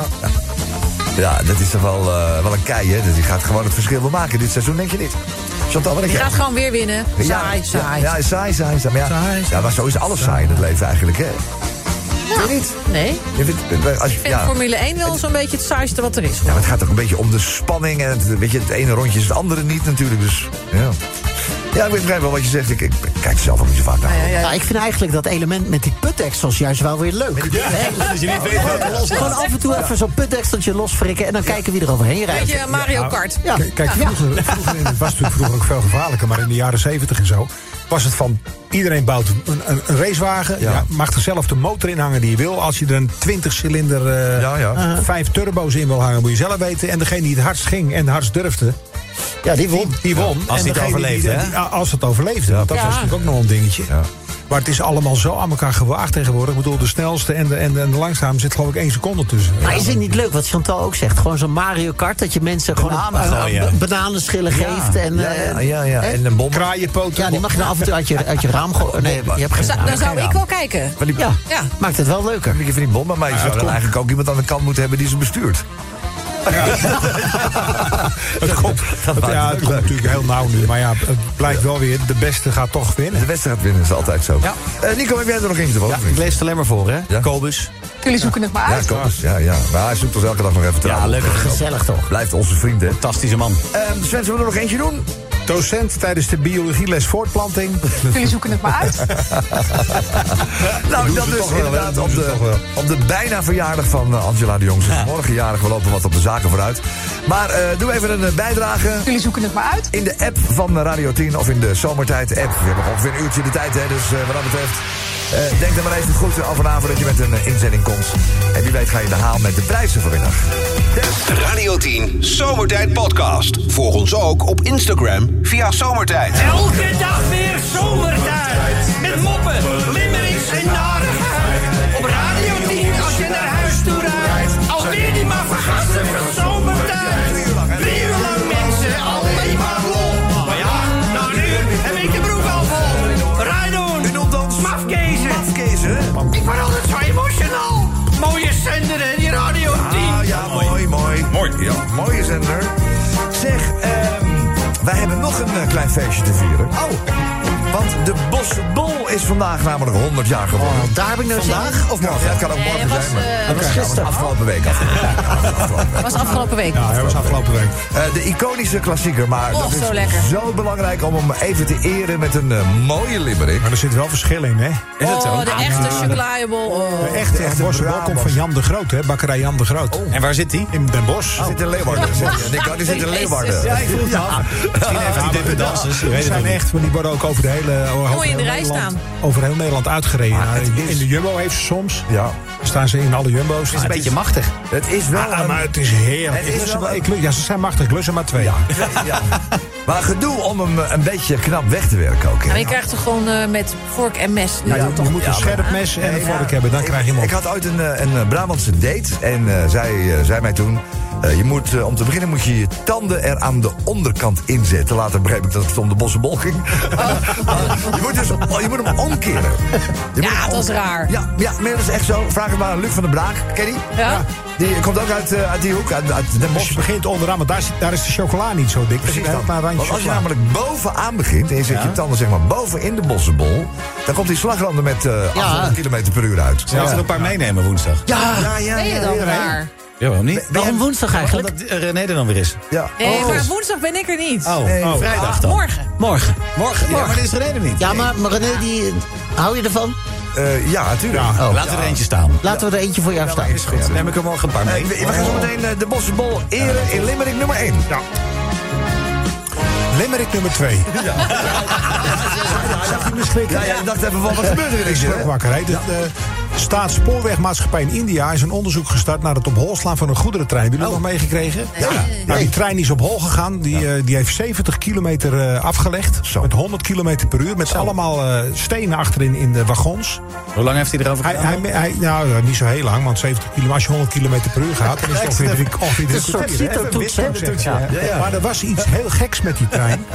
Speaker 2: Ja, dat is toch wel, eh, wel een kei, hè? Die gaat gewoon het verschil wel maken dit seizoen, denk je niet? Chantal, wat denk
Speaker 8: Die
Speaker 2: jij?
Speaker 8: gaat gewoon weer winnen. Saai, saai.
Speaker 2: Ja, ja, saai, saai, saai. Maar ja,
Speaker 5: Saai,
Speaker 2: ja, maar zo is alles saai in het leven eigenlijk, hè? Vind je niet?
Speaker 8: Nee, ik
Speaker 2: Je vindt, als, je-
Speaker 8: vind
Speaker 2: ja.
Speaker 8: Formule 1 wel zo'n beetje het saaiste wat er is.
Speaker 2: ja, maar het gaat toch een beetje om de spanning. En het, weet je, het ene rondje is het andere niet natuurlijk, dus... Ja, ja ik begrijp wel wat je zegt. Ik, ik kijk zelf ook niet zo vaak naar.
Speaker 8: Ja, ja.
Speaker 9: Nou, ik vind eigenlijk dat element met die putdeksels juist wel weer leuk. Hè?
Speaker 5: Dat je niet weet wat los
Speaker 9: Gewoon af en toe even zo'n putdekseltje losfrikken en dan kijken wie er overheen rijdt.
Speaker 8: Beetje Mario Kart.
Speaker 9: Ja.
Speaker 4: K- Kijk, vroeger, vroeger in- het was natuurlijk vroeger ook veel gevaarlijker, maar in de jaren 70 en zo was het van iedereen bouwt een, een, een racewagen. Ja. mag er zelf de motor in hangen die je wil. Als je er een 20-cilinder, eh,
Speaker 2: Ja, ja.
Speaker 4: vijf turbo's in wil hangen, moet je zelf weten. En degene die het hardst ging en het hardst durfde,
Speaker 9: Ja, die won.
Speaker 4: die won.
Speaker 5: als
Speaker 4: En
Speaker 5: hij het
Speaker 4: degene die-
Speaker 5: overleefde,
Speaker 4: die-
Speaker 5: hè?
Speaker 4: die- a- Als het overleefde, want dat was natuurlijk ook nog een dingetje. Maar het is allemaal zo aan elkaar gewaagd tegenwoordig. Ik bedoel, de snelste en de, en de, en de langzaam zit geloof ik één seconde tussen.
Speaker 9: Maar is het niet leuk wat Chantal ook zegt? Gewoon zo'n Mario Kart, dat je mensen gewoon
Speaker 4: Bananen
Speaker 9: een- een-
Speaker 4: gooien.
Speaker 9: een- bananenschillen geeft. En,
Speaker 4: ja,
Speaker 9: eh,
Speaker 4: ja, ja, ja.
Speaker 9: hè?
Speaker 4: En een bom. Kraaienpoten.
Speaker 9: Ja, die mag je dan af en toe uit je, uit je raam gooien. Nee, je hebt geen
Speaker 8: Zou-
Speaker 9: raam.
Speaker 8: dan zou ik wel kijken.
Speaker 9: Ja,
Speaker 8: Ja.
Speaker 9: maakt het wel leuker.
Speaker 2: Een beetje van die bommen, maar je zou dan eigenlijk ook iemand aan de kant moeten hebben die ze bestuurt.
Speaker 4: Het komt, ja, het komt natuurlijk heel nauw nu. Maar ja, het blijkt wel weer, de beste gaat toch winnen.
Speaker 2: De beste gaat winnen, is altijd zo.
Speaker 4: Ja.
Speaker 2: Eh, Nico, heb jij er nog eentje van?
Speaker 5: Ja, ik lees het alleen maar voor, hè?
Speaker 2: Ja.
Speaker 5: Kobus.
Speaker 10: Jullie zoeken het maar
Speaker 2: Ja,
Speaker 10: uit.
Speaker 2: Kobus, ja, ja. Maar hij zoekt ons elke dag nog even
Speaker 5: Ja,
Speaker 2: trouwen.
Speaker 5: leuk.
Speaker 9: Gezellig toch?
Speaker 2: Blijft onze vriend, hè?
Speaker 5: Fantastische man.
Speaker 2: Ehm, Sven, zullen we er nog eentje doen?
Speaker 4: Docent tijdens de biologieles voortplanting.
Speaker 10: Jullie zoeken het maar uit.
Speaker 2: Nou, dat is inderdaad op de, op de bijna verjaardag van eh, Angela de Jong. Ze is morgen jarig, we lopen wat op de zaken vooruit. Maar eh, doe even een eh, bijdrage
Speaker 10: Jullie zoeken het maar uit.
Speaker 2: in de app van Radio 10 of in de Zomertijd-app. We hebben nog ongeveer een uurtje de tijd, hè, dus eh, wat dat betreft... eh, denk er maar even goed al vanavond dat je met een eh, inzending komt. En wie weet ga je de haal met de prijzen vanmiddag.
Speaker 1: Radio 10 Zomertijd Podcast. Volg ons ook op Instagram via Zomertijd.
Speaker 12: Elke dag weer zomertijd. Met moppen, limmerings en narigheid. Op Radio 10 als je naar huis toe rijdt. Alweer die maar vergassen van zomertijd. Drie uur lang mensen, alleen maar lol. Maar ja, nou nu heb ik de broek al vol. Rijdoen. U noemt ons. Mafkezen.
Speaker 2: Kezen.
Speaker 12: Ik word altijd zo emotional. Mooie zender en die Radio 10.
Speaker 2: Ah ja, mooi, mooi. Mooi, ja. Mooie zender. Zeg, ehm, wij hebben nog een eh, klein feestje te vieren. Oh, want de Bossenbol is vandaag namelijk 100 jaar geworden.
Speaker 9: Daar heb ik nou zin in.
Speaker 2: Vandaag of morgen? Ja, het kan ook
Speaker 8: Nee,
Speaker 2: morgen
Speaker 8: hij was, Oh.
Speaker 2: zijn. Maar...
Speaker 8: eh,
Speaker 2: Oké,
Speaker 9: was gisteren.
Speaker 2: Afgelopen week. Afgelopen, afgelopen week.
Speaker 8: was afgelopen week.
Speaker 4: Ja, dat was afgelopen week.
Speaker 2: Eh, de iconische klassieker, maar
Speaker 8: Och,
Speaker 2: dat is
Speaker 8: Oh, zo lekker.
Speaker 2: zo belangrijk om hem even te eren met een eh, mooie limerick.
Speaker 4: Maar er zit wel verschil in, hè?
Speaker 8: Oh, de echte chocolabel. Oh.
Speaker 4: De Oh. echte,
Speaker 2: De echte
Speaker 4: worstenbal
Speaker 2: Brabants.
Speaker 4: komt van Jan de Groot, hè? Bakkerij Jan de Groot.
Speaker 5: En waar zit hij?
Speaker 4: In Den Bosch.
Speaker 2: Die zit in Leeuwarden. zeg je. Nico, die zit in
Speaker 8: Jezus.
Speaker 2: Leeuwarden.
Speaker 8: Ja,
Speaker 5: ik voel het Misschien heeft hij dependances. Je
Speaker 4: Die
Speaker 5: weet het
Speaker 4: zijn
Speaker 5: niet.
Speaker 4: echt, maar die worden ook over de hele eh, over
Speaker 8: Mooi in de
Speaker 4: heel
Speaker 8: rij
Speaker 4: Nederland-
Speaker 8: staan.
Speaker 4: Over heel Nederland uitgereden.
Speaker 2: Maar het
Speaker 4: Nou, in-
Speaker 2: is-
Speaker 4: in de Jumbo heeft ze soms.
Speaker 2: Ja.
Speaker 4: Staan ze in alle Jumbo's.
Speaker 5: Het is een beetje machtig.
Speaker 2: Het is wel
Speaker 4: Ah,
Speaker 2: een-
Speaker 4: maar het is heerlijk.
Speaker 2: Het is
Speaker 4: Ik lust
Speaker 2: wel
Speaker 4: er-
Speaker 2: een-
Speaker 4: ik lu- ja, ze zijn machtig. Ik lust er maar twee.
Speaker 2: Ja. Maar gedoe om hem eh, een beetje knap weg te werken ook. hè?
Speaker 8: En je krijgt er gewoon eh, met vork en mes.
Speaker 4: Ja, je, je moet een
Speaker 2: Ja,
Speaker 4: scherp mes en een vork hebben. Dan
Speaker 2: Ik-
Speaker 4: krijg je hem
Speaker 2: Ik
Speaker 4: op.
Speaker 2: had ooit een, eh, een eh, Brabantse date en eh, zij eh, zei mij toen... eh, je moet, eh, om te beginnen moet je je tanden er aan de onderkant inzetten. Later begreep ik dat het om de bossenbol ging. je, moet dus, oh, je moet hem omkeren. Je moet hem
Speaker 8: dat is
Speaker 2: omkeren.
Speaker 8: raar.
Speaker 2: Ja, ja, maar dat is echt zo. Vraag het maar aan Luc van den Braak. Ken je die?
Speaker 8: Ja.
Speaker 2: Die komt ook uit, eh, uit die hoek, uit, uit Den
Speaker 4: Als
Speaker 2: Bosch.
Speaker 4: je begint onderaan, want daar, zit- daar is de chocola niet zo dik. Er zit
Speaker 2: Precies
Speaker 4: een heel
Speaker 2: dat.
Speaker 4: klein randje
Speaker 2: Want als je nou
Speaker 4: chocola.
Speaker 2: namelijk bovenaan begint en je zet je tanden zeg maar boven in de bossenbol... dan komt die slagrander met eh 800 km per uur uit.
Speaker 5: Zullen we er een paar meenemen woensdag?
Speaker 2: Ja, ja, ja.
Speaker 8: Ben je dan
Speaker 2: ja, ja.
Speaker 8: raar?
Speaker 5: Ja, waarom niet?
Speaker 9: Waarom woensdag eigenlijk?
Speaker 5: Omdat eh, René er dan weer is.
Speaker 2: Ja.
Speaker 8: Nee,
Speaker 2: Oh.
Speaker 8: Eh, maar woensdag ben ik er niet.
Speaker 5: Oh,
Speaker 2: Nee,
Speaker 5: oh, vrijdag dan.
Speaker 8: Morgen.
Speaker 9: Ah, Morgen.
Speaker 5: Morgen. Ja, maar dit is René er niet.
Speaker 9: Ja, maar, maar René, die, hou je ervan?
Speaker 2: Eh, ja, natuurlijk.
Speaker 5: Oh, Laten we er eentje staan.
Speaker 9: Laten we er eentje voor jou staan.
Speaker 5: Is goed. Neem ik er morgen een paar
Speaker 2: Eh,
Speaker 5: mee.
Speaker 2: we, we gaan zo meteen eh, de bossenbol eren in Limerick nummer 1. Ja.
Speaker 4: Limerick nummer twee.
Speaker 2: Ja, ja, ik dacht even, wat wat gebeurt er in
Speaker 4: Ik
Speaker 2: deze?
Speaker 4: schrok wakker. hè. De, de staatsspoorwegmaatschappij in India is een onderzoek gestart naar het op hol slaan van een goederentrein. Hebben
Speaker 2: Oh.
Speaker 4: jullie dat nog meegekregen? Ja. Nou, die trein is op hol gegaan. Die, eh, die heeft 70 kilometer eh, afgelegd. Met 100 kilometer per uur. Met allemaal eh, stenen achterin in de wagons.
Speaker 5: Hoe lang heeft hij erover
Speaker 4: Hij, hij,
Speaker 5: gedaan?
Speaker 4: hij, nou, ja, niet zo heel lang, want 70 kilo, als je 100 kilometer per uur gaat, dan is het ongeveer drie ongeveer drie
Speaker 9: een soort
Speaker 4: kwartier, hè?
Speaker 9: CITO-toets,
Speaker 4: Even
Speaker 9: hè?
Speaker 4: wissel
Speaker 9: Ja,
Speaker 4: zeggen, hè? Maar er was iets heel geks met die trein.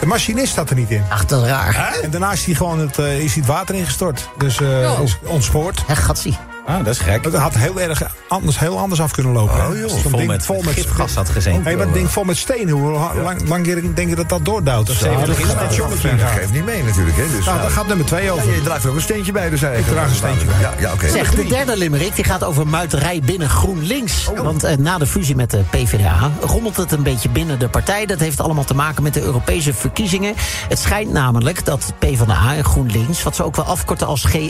Speaker 4: De machinist zat er niet in.
Speaker 9: Ach, dat is raar.
Speaker 4: En daarna is hij gewoon het, eh, is hij het water ingestort. Dus eh, is ontspoord.
Speaker 9: Hè, gatsie.
Speaker 5: Ah, dat is gek.
Speaker 4: Het had heel erg anders, heel anders af kunnen lopen. hè?
Speaker 5: Als
Speaker 4: Zo'n
Speaker 5: hij vol
Speaker 4: ding
Speaker 5: met, vol met gifgas had gezeten. Oh,
Speaker 4: Hé, maar dat ding vol met stenen. Hoe lang, lang- lang denk je dat dat doordouwt? Dat
Speaker 5: zeventig is dat.
Speaker 2: Dat geeft niet mee natuurlijk, hè. Dus,
Speaker 4: Nou, daar gaat nummer 2
Speaker 2: Ja,
Speaker 4: over.
Speaker 2: je draagt er ook een steentje bij, dus eigenlijk.
Speaker 4: draag een steentje bij.
Speaker 2: Ja, ja oké.
Speaker 9: Zeg, de derde limerick die gaat over muiterij binnen GroenLinks. Want eh, na de fusie met de PvdA rommelt het een beetje binnen de partij. Dat heeft allemaal te maken met de Europese verkiezingen. Het schijnt namelijk dat PvdA en GroenLinks, wat ze ook wel afkorten als GL...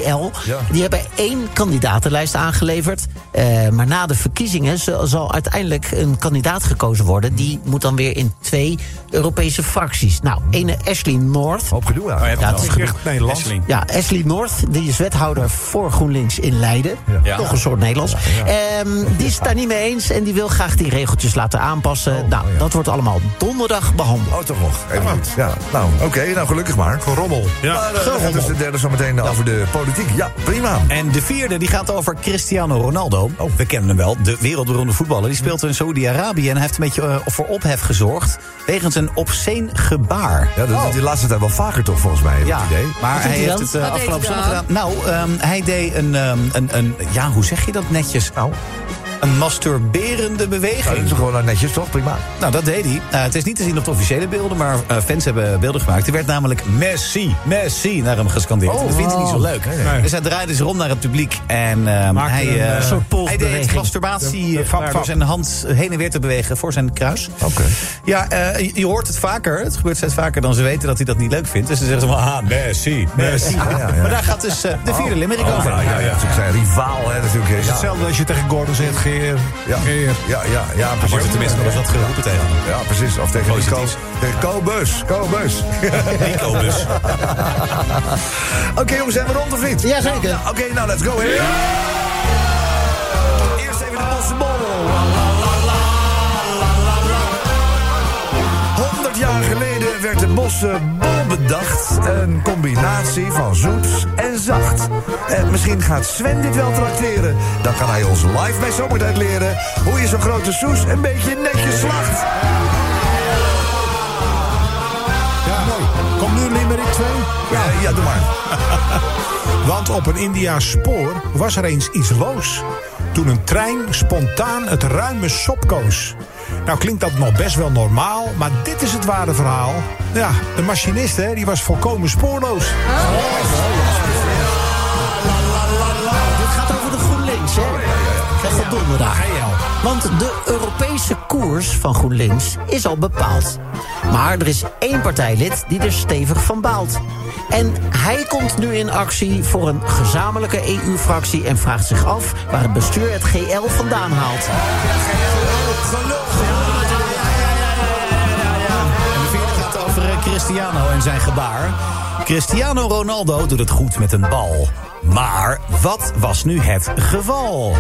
Speaker 2: Ja.
Speaker 9: die hebben één kandidatenlijst aangeleverd. Eh, Eh, maar na de verkiezingen zal, zal uiteindelijk een kandidaat gekozen worden. Die moet dan weer in twee Europese fracties. Nou, ene Ashley North.
Speaker 2: Hoop gedoe
Speaker 9: ja.
Speaker 4: ja,
Speaker 9: het is genoeg.
Speaker 4: Nederlands.
Speaker 9: Ja, Ashley North, die is wethouder voor GroenLinks in Leiden.
Speaker 4: Ja.
Speaker 9: Toch een soort Nederlands.
Speaker 4: Ja,
Speaker 9: Ehm, die is het daar niet mee eens en die wil graag die regeltjes laten aanpassen.
Speaker 4: Oh,
Speaker 9: nou, dat wordt allemaal donderdag behandeld.
Speaker 2: Oh, toch nog. Even goed. Ja, nou, oké, nou gelukkig maar. Gerommel. Ja, maar, eh,
Speaker 5: Gerommel.
Speaker 2: dat is de derde zometeen over de politiek. Ja, prima.
Speaker 5: En de vierde die gaat over Cristiano Ronaldo. Oh, We kennen hem wel, de wereldberoemde voetballer. Die speelt in Saudi-Arabië en hij heeft een beetje eh, voor ophef gezorgd. wegens een obsceen gebaar.
Speaker 2: Ja, dat is die laatste tijd wel vaker toch, volgens mij. heb ik
Speaker 5: Oh. Ja,
Speaker 2: Oh. het idee.
Speaker 5: maar hij heeft het eh, afgelopen zondag gedaan. Nou, ehm, hij deed een, ehm, een, een. Ja, hoe zeg je dat netjes? Nou. Een masturberende
Speaker 2: Nou, dat
Speaker 5: beweging.
Speaker 2: is toch gewoon nou netjes, toch? Prima.
Speaker 5: Nou, dat deed hij. Eh, het is niet te zien op de officiële beelden, maar eh, fans hebben beelden gemaakt. Er werd namelijk Messi, Messi naar hem gescandeerd.
Speaker 2: Oh,
Speaker 5: dat vindt hij niet zo
Speaker 2: wow.
Speaker 5: leuk.
Speaker 2: Nee, nee.
Speaker 5: Dus hij draaide zich rond naar het publiek en ehm,
Speaker 4: Maakte
Speaker 5: hij,
Speaker 4: een,
Speaker 5: eh,
Speaker 4: eh, soort
Speaker 5: hij deed
Speaker 9: polsbeweging.
Speaker 5: masturbatie
Speaker 4: De- de
Speaker 5: eh,
Speaker 4: fap,
Speaker 5: door
Speaker 4: fap.
Speaker 5: zijn hand heen en weer te bewegen voor zijn kruis.
Speaker 2: Oké.
Speaker 5: Ja, eh, je- je hoort het vaker. Het gebeurt steeds vaker dan ze weten dat hij dat niet leuk vindt. Dus ze zeggen ze van, ah, Messi, Messi.
Speaker 2: Ja, ja, ja.
Speaker 5: Maar daar gaat dus eh, de vierde limerick
Speaker 2: Oh,
Speaker 5: over.
Speaker 2: ja, ja, ja. Het is ook zijn rivaal, hè, natuurlijk. hè. Ja,
Speaker 4: Hetzelfde als je tegen Gordon zegt, Geer,
Speaker 2: ja,
Speaker 4: Geer.
Speaker 2: ja, ja, ja,
Speaker 5: Hij wordt
Speaker 2: precies.
Speaker 5: er tenminste nog eens wat geroepen tegen.
Speaker 2: Ja, precies. Of tegen
Speaker 5: Positief.
Speaker 2: Nico. Tegen Ko Beus. Ko Beus.
Speaker 5: Nico dus.
Speaker 2: Oké, jongens, zijn we rond of niet?
Speaker 9: Jazeker.
Speaker 2: Ja, Oké, nou, let's go. Here. Eerst even de Bosse Bobbel. 100 jaar geleden werd de Bosse Bol bedacht. Een combinatie van zoet en zacht. En misschien gaat Sven dit wel tracteren. Dan kan hij ons live bij Zomertijd leren... hoe je zo'n grote soes een beetje netjes slacht.
Speaker 4: Ja, Kom nu Limerick 2.
Speaker 2: Ja, ja doe maar.
Speaker 4: Want op een Indiaas spoor was er eens iets los. Toen een trein spontaan het ruime sop koos. Nou klinkt dat nog best wel normaal, maar dit is het ware verhaal. Nou Ja, de machinist hè, die was volkomen spoorloos.
Speaker 9: Het gaat over de GroenLinks, hè? Zeg dat donderdag. Want de Europese koers van GroenLinks is al bepaald. Maar er is één partijlid die er stevig van baalt. En hij komt nu in actie voor een gezamenlijke EU-fractie... en vraagt zich af waar het bestuur het GL vandaan haalt.
Speaker 5: En de vierde gaat over eh, Cristiano en zijn gebaar. Cristiano Ronaldo doet het goed met een bal. Maar wat was nu het geval?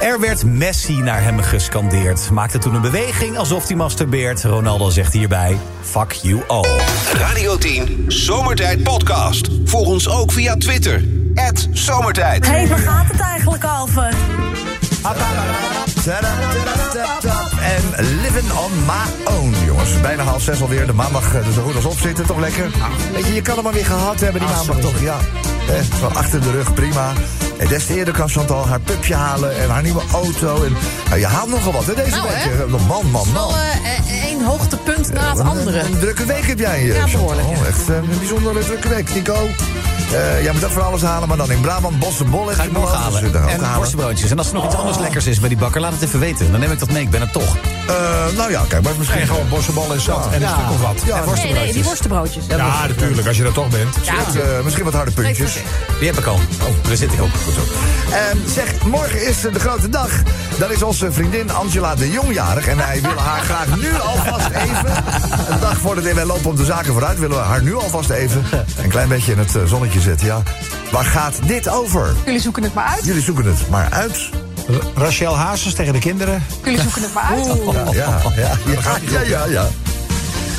Speaker 5: Er werd Messi naar hem gescandeerd. Maakte toen een beweging alsof hij masturbeert. Ronaldo zegt hierbij, fuck you all.
Speaker 1: Radio 10 Zomertijd Podcast. Volg ons ook via Twitter. Zomertijd.
Speaker 6: Hé, hey, waar gaat het eigenlijk over?
Speaker 2: Tadadadadadadad. En living on my own, jongens. Bijna half zes alweer. De maandag eh, dus zo goed als opzitten, toch lekker? Weet je, je kan hem maar weer gehad hebben, die
Speaker 9: Ah,
Speaker 2: maandag
Speaker 9: zo is
Speaker 2: toch? Ja, Eh, van achter de rug, prima. En des te eerder kan Chantal haar pupje halen en haar nieuwe auto. En, nou, je haalt nogal wat, hè, deze
Speaker 8: Nou,
Speaker 2: week. Eh,
Speaker 8: hè?
Speaker 2: Man, man, man.
Speaker 8: Wel eh, één hoogtepunt na het
Speaker 2: Wat een- eh,
Speaker 8: andere.
Speaker 2: Een, drukke week heb jij. eh,
Speaker 8: Ja,
Speaker 2: Chantal.
Speaker 8: behoorlijk, ja.
Speaker 2: Echt eh, een bijzondere drukke week, Nico. Eh, jij moet dat voor alles halen, maar dan in Brabant, Bos en Bol.
Speaker 5: Ga ik morgen halen. En worstenbroodjes. En als er nog iets anders lekkers is bij die bakker, laat het even weten. Dan neem ik dat mee, ik ben er toch. Dus
Speaker 2: nou ja, kijk, maar misschien gewoon
Speaker 4: Bossenbal en zat
Speaker 5: Ah.
Speaker 4: en een stuk of wat.
Speaker 2: Ja,
Speaker 8: Nee, nee, die worstenbroodjes. Ja,
Speaker 4: Ja, natuurlijk, als je dat toch bent.
Speaker 2: Met, eh, misschien wat harde puntjes.
Speaker 8: Nee,
Speaker 5: Die heb ik al. Oh, daar zit ik ook. Goed zo.
Speaker 2: Ehm, zeg, morgen is eh, de grote dag. Dan is onze vriendin Angela de Jongjarig. En wij willen haar graag nu alvast even. Een dag voordat wij lopen op de zaken vooruit, willen we haar nu alvast even. Een klein beetje in het eh, zonnetje zetten, ja. Waar gaat dit over?
Speaker 10: Jullie zoeken het maar uit.
Speaker 2: Jullie zoeken het maar uit.
Speaker 4: R- Rachel Hazes tegen de kinderen.
Speaker 10: Jullie zoeken het maar uit.
Speaker 2: Ja, ja, ja, ja, ja, ja. ja.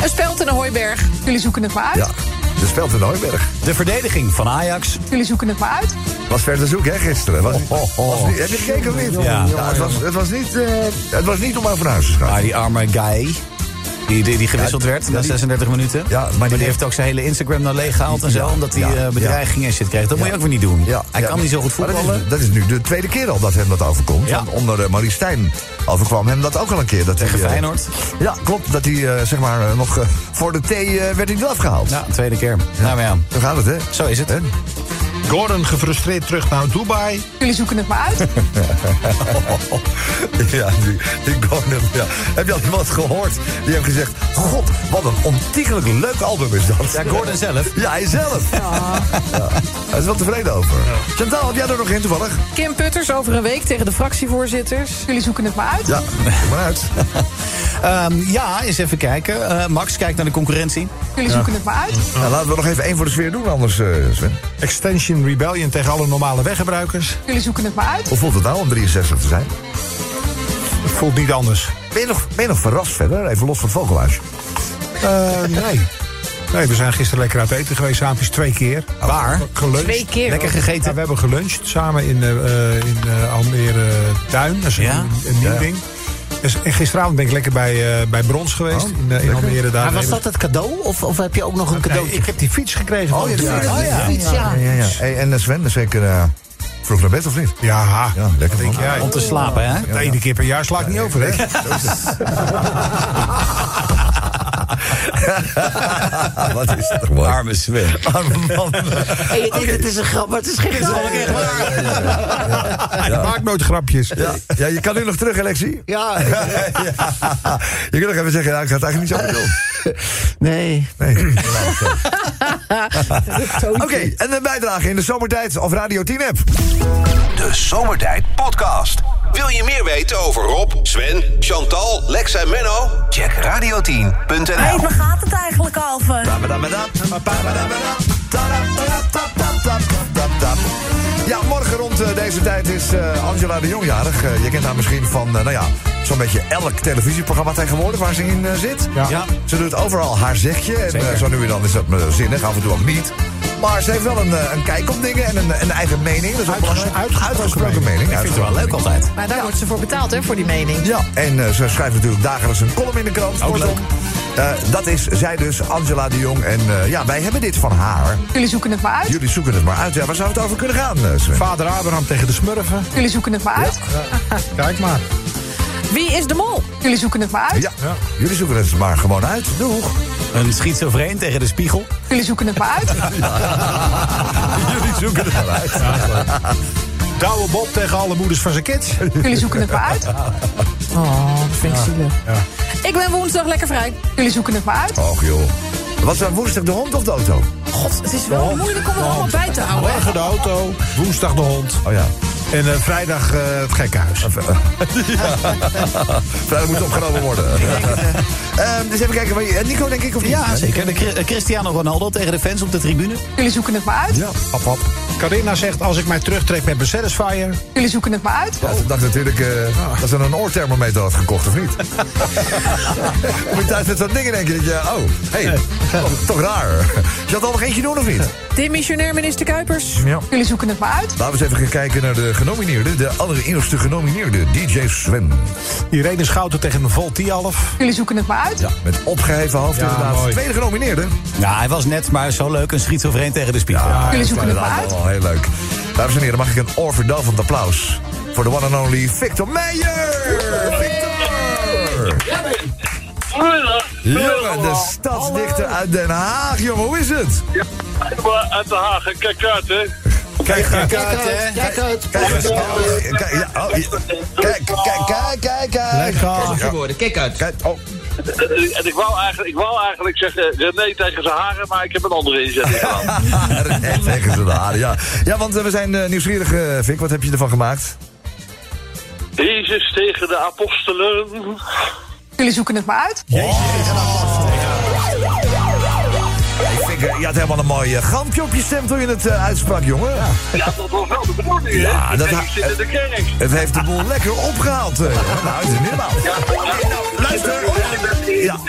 Speaker 8: Een speld in een hooiberg.
Speaker 10: Jullie zoeken het maar
Speaker 2: ja.
Speaker 10: uit.
Speaker 2: De speld in Hooiberg.
Speaker 5: De verdediging van Ajax.
Speaker 10: Jullie zoeken het maar uit.
Speaker 2: Was ver te zoeken, hè, gisteren. Was,
Speaker 5: Oh, oh, oh.
Speaker 2: was niet, heb je gekeken of niet? Nou,
Speaker 5: Ja.
Speaker 2: het, was, het, was niet eh, het was niet om over naar huis te schrijven.
Speaker 5: Maar Ah, die arme guy. Die, die, die gewisseld
Speaker 2: Ja,
Speaker 5: werd
Speaker 2: ja,
Speaker 5: na
Speaker 2: die-
Speaker 5: 36 minuten.
Speaker 2: Ja, maar die
Speaker 5: maar die
Speaker 2: heeft-
Speaker 5: heeft ook zijn hele Instagram nou leeggehaald en zo.
Speaker 2: Ja,
Speaker 5: omdat hij
Speaker 2: ja,
Speaker 5: eh, bedreigingen en shit kreeg. Dat moet je ook weer niet doen. hij kan niet zo goed
Speaker 2: Maar dat is- dus-
Speaker 5: voetballen.
Speaker 2: Dat is, nu de tweede keer al dat hem dat overkomt.
Speaker 5: Ja.
Speaker 2: Want onder eh, Marie Stijn overkwam hem dat ook al een keer. Dat
Speaker 5: Tegen
Speaker 2: hij, eh,
Speaker 5: Feyenoord.
Speaker 2: Ja, klopt. Dat hij eh, zeg maar eh, nog eh,
Speaker 5: dus-
Speaker 2: voor de thee eh, werd hij eraf gehaald.
Speaker 5: Ja, tweede keer. Nou maar ja.
Speaker 2: Zo gaat het, hè?
Speaker 5: Zo is het.
Speaker 2: Hè?
Speaker 4: Gordon gefrustreerd terug naar Dubai.
Speaker 10: Jullie zoeken het maar uit.
Speaker 2: ja, die, die Gordon, ja. Heb je al iemand gehoord die heeft gezegd... God, wat een ontiegelijk leuk album is dat.
Speaker 5: Ja, Gordon zelf.
Speaker 2: Ja, hij zelf. Ja, hij is wel tevreden over. Chantal, heb jij er nog in toevallig?
Speaker 8: Kim Putters over een week tegen de fractievoorzitters.
Speaker 10: Jullie zoeken het maar uit.
Speaker 2: Ja, zoek maar uit.
Speaker 5: Ehm, ja, eens even kijken. Eh, Max, kijk naar de concurrentie.
Speaker 10: Jullie zoeken het maar uit.
Speaker 2: Nou, laten we nog even één voor de sfeer doen, anders eh, Sven.
Speaker 4: Extension Rebellion tegen alle normale weggebruikers.
Speaker 10: Jullie zoeken het maar uit.
Speaker 2: Hoe voelt het nou om 63 te zijn?
Speaker 4: Het voelt niet anders.
Speaker 2: Ben je nog, ben je nog verrast verder? Even los van het vogelhuis.
Speaker 4: Eh, nee. Nee, we zijn gisteren lekker uit eten geweest, saampjes twee keer.
Speaker 5: Waar?
Speaker 4: Geluncht.
Speaker 8: Twee keer,
Speaker 4: Lekker
Speaker 8: hoor.
Speaker 4: gegeten. Ja, we hebben geluncht samen in, eh, eh, in eh, Almere Duin. Dat is een,
Speaker 5: Ja?
Speaker 4: een nieuw ding. Dus, en gisteravond ben ik lekker bij, eh, bij Brons geweest
Speaker 2: Oh,
Speaker 4: in, eh, in Almere Duin.
Speaker 9: Maar was dat het cadeau? Of, of heb je ook nog een
Speaker 4: Nee,
Speaker 9: cadeautje?
Speaker 4: ik heb die fiets gekregen. van
Speaker 2: Oh, ja,
Speaker 4: de
Speaker 2: dat
Speaker 4: buren.
Speaker 2: vind ik-
Speaker 9: ja. Fiets, ja.
Speaker 2: Ja, ja. Hey, en eh, Sven, dat is zeker eh, vroeg naar bed of niet?
Speaker 4: Ja,
Speaker 2: Ja, lekker
Speaker 4: Denk
Speaker 2: man.
Speaker 4: jij?
Speaker 5: Om te slapen, hè?
Speaker 4: De ene keer per jaar sla ik niet over, hè?
Speaker 2: Wat is dat toch mooi.
Speaker 5: Arme Sven.
Speaker 2: Arme man.
Speaker 9: Hey, je denkt, het is een grap, maar het is geen grap.
Speaker 4: Ik maak nooit grapjes.
Speaker 2: Ja, ja, je kan nu nog terug, Alexie.
Speaker 9: Ja,
Speaker 2: Ja. Je kunt nog even zeggen, ja, ik ga het eigenlijk niet zo doen.
Speaker 9: nee.
Speaker 2: Nee. Oké, en een bijdrage in de zomertijd of Radio 10 app.
Speaker 1: De Zomertijd Podcast. Wil je meer weten over Rob, Sven, Chantal, Lex en Menno? Check
Speaker 6: Hé,
Speaker 1: radio10.nl.
Speaker 6: waar gaat het eigenlijk over?
Speaker 2: Ja, morgen rond eh, deze tijd is eh, Angela de Jongjarig. Eh, je kent haar misschien van, eh, nou ja, zo'n beetje elk televisieprogramma tegenwoordig waar ze in eh, zit.
Speaker 5: Ja.
Speaker 2: Ze doet overal haar zegje. En eh, zo nu en dan is dat eh, zinnig, af en toe ook niet. Maar ze heeft wel een, eh, een kijk op dingen en een, een eigen mening. Dat is ook
Speaker 4: Uitges-
Speaker 2: belangrijk.
Speaker 4: uitgesproken
Speaker 2: Uitgesproken
Speaker 4: mening.
Speaker 2: mening.
Speaker 5: Ik vind het wel leuk
Speaker 2: Uitgesproken
Speaker 5: altijd.
Speaker 8: Maar Nou, daar wordt ze voor betaald, hè, voor die mening.
Speaker 2: ja, en eh, ze schrijft natuurlijk dagelijks een column in de krant.
Speaker 5: Ook leuk.
Speaker 2: Kortom, eh, dat is zij dus, Angela de Jong. En eh, ja, wij hebben dit van haar.
Speaker 10: Jullie zoeken het maar uit.
Speaker 2: Jullie zoeken het maar uit. Ja, waar zou het over kunnen gaan, eh, Sven?
Speaker 4: Vader Abraham tegen de smurfen.
Speaker 10: Jullie zoeken het maar uit.
Speaker 4: Kijk maar.
Speaker 8: Wie is de mol?
Speaker 10: Jullie zoeken het maar uit.
Speaker 2: Ja. jullie zoeken het maar gewoon uit. Doeg.
Speaker 5: Een schizofreen tegen de spiegel.
Speaker 10: Jullie zoeken het maar uit.
Speaker 2: jullie zoeken het maar uit.
Speaker 4: Douwe Bob tegen alle moeders van zijn kids.
Speaker 10: Jullie zoeken het maar uit.
Speaker 8: Oh, dat vind ik zielig. Ik ben woensdag lekker vrij.
Speaker 10: Jullie zoeken het maar uit.
Speaker 2: Och joh. Was dat woensdag de hond of de auto?
Speaker 8: God, het is wel moeilijk om het allemaal bij te houden. hè.
Speaker 4: Morgen de auto, woensdag de hond.
Speaker 2: Oh ja.
Speaker 4: En eh, vrijdag eh, het gekkenhuis.
Speaker 2: Vrijdag moet opgenomen worden. Ehm, dus even kijken. waar je- eh, Nico, denk ik, of niet?
Speaker 5: Ja, zeker. De Cri- eh, Cristiano Ronaldo tegen de fans op de tribune.
Speaker 10: Jullie zoeken het maar uit.
Speaker 2: Ja, hap, hap.
Speaker 4: Carina zegt, als ik mij terugtrek met mijn Satisfyer...
Speaker 10: Jullie zoeken het maar uit.
Speaker 2: Ja, ze dacht natuurlijk eh, dat ze een oorthermometer had gekocht, of niet? Moet je thuis met zo'n dingen denken dat je... Oh, hé, hey, toch, toch raar. Je had al nog eentje doen, of niet?
Speaker 8: Demissionair minister Kuipers.
Speaker 2: Ja.
Speaker 10: Jullie zoeken het maar uit.
Speaker 2: Laten we eens even gaan kijken naar de genomineerden. De allereerste genomineerde, DJ Sven.
Speaker 4: Irene Schouten tegen een Voltialf.
Speaker 10: Jullie zoeken het maar uit.
Speaker 2: Ja, met opgeheven hoofd
Speaker 4: Ja,
Speaker 2: inderdaad.
Speaker 4: mooi.
Speaker 2: Tweede genomineerde.
Speaker 5: Nou, hij was net, maar zo leuk. Een schizofreen tegen de spiegel.
Speaker 10: Jullie zoeken het maar
Speaker 2: inderdaad
Speaker 10: uit.
Speaker 2: wel heel leuk. Dames en heren, mag ik een oorverdelvend applaus... voor de one and only Victor Meijer! Victor! dus. Jongen, de stadsdichter uit Den Haag. Jongen, hoe is het?
Speaker 13: Maar uit de Haag, kijk uit, hè.
Speaker 2: Kijk, kijk, kijk.
Speaker 5: Kijk uit, kijk uit.
Speaker 2: Kijk, eens. kijk, ja, oh, ja. kijk, kijk, kijk, kijk, kijk.
Speaker 4: Lekker.
Speaker 12: Geworden, kijk uit.
Speaker 2: Kijk, oh.
Speaker 13: En ik wou eigenlijk, ik wou eigenlijk zeggen René tegen zijn haren, maar ik heb een andere inzetting gedaan.
Speaker 2: Echt tegen zijn haren, ja. Ja, want eh, we zijn eh, nieuwsgierig, eh, Vic. Wat heb je ervan gemaakt?
Speaker 13: Jezus tegen de apostelen.
Speaker 10: Jullie zoeken het maar uit.
Speaker 2: Ik vind, eh, je had helemaal een mooi eh, gampje op je stem toen je het eh, uitsprak, jongen.
Speaker 13: Ja, dat was wel de bedoeling, hè.
Speaker 2: Ja, dat
Speaker 13: En
Speaker 2: ha-
Speaker 13: ik zit in de kerk.
Speaker 2: Het heeft de boel lekker opgehaald. eh, jongen. nou, het is niet normaal.
Speaker 13: Ja, nou,
Speaker 2: luister. Ja.
Speaker 13: Ja.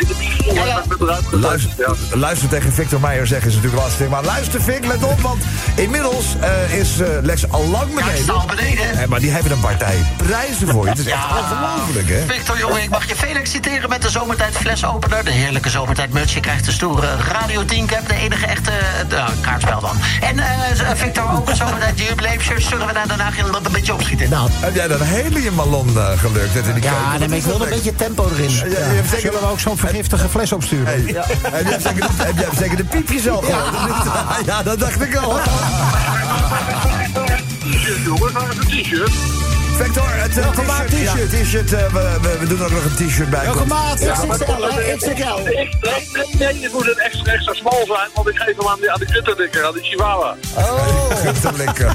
Speaker 13: Ja, ik ben eruit gezet.
Speaker 2: Luister,
Speaker 13: Ja.
Speaker 2: luister tegen Victor Meijer zeggen is natuurlijk lastig. Maar luister, Vic, let op, want inmiddels eh, is eh, Lex al
Speaker 12: Ja,
Speaker 2: lang
Speaker 12: ik sta
Speaker 2: beneden.
Speaker 12: al beneden.
Speaker 2: Eh, maar die hebben een partij prijzen voor je. Het is echt ongelooflijk, hè?
Speaker 12: Victor, jongen, ik mag je feliciteren met de zomertijd flesopener. De heerlijke zomertijd muts. Je krijgt de stoere Radio 10 cap, de enige echte eh, kaartspel dan. En eh, Victor, ook een zomertijd jubileumshirt. Zullen we daar daarna geen- een beetje opschieten?
Speaker 9: Nou,
Speaker 2: Heb jij dat hele je malon eh, gelukt? Dat in die keuken?
Speaker 9: ja,
Speaker 2: Wat
Speaker 9: dan ben
Speaker 2: is
Speaker 9: ik wel
Speaker 2: dat,
Speaker 9: een
Speaker 2: Lex?
Speaker 9: beetje tempo erin.
Speaker 2: Ja, je hebt zeker
Speaker 4: Zullen we ook zo'n vergiftige fles opsturen?
Speaker 2: Hey, Heb, jij zeker de, heb jij zeker de piepjes al gehoord? Ja. dat dacht ik al.
Speaker 13: T-shirt, jongens, waar is een t-shirt?
Speaker 2: Vector, het eh,
Speaker 13: Welke maat
Speaker 2: t-shirt. t-shirt, t-shirt eh, we, we, we doen ook nog een t-shirt bij.
Speaker 13: Welke maat?
Speaker 2: Ja,
Speaker 13: XXL,
Speaker 2: maar-
Speaker 13: hè?
Speaker 9: XXL.
Speaker 13: Ik, nee, nee, nee, het moet een extra, extra smal zijn, want ik geef hem aan die, aan die kuttendikker, aan die chihuahua.
Speaker 4: Oh.
Speaker 2: Te blikken.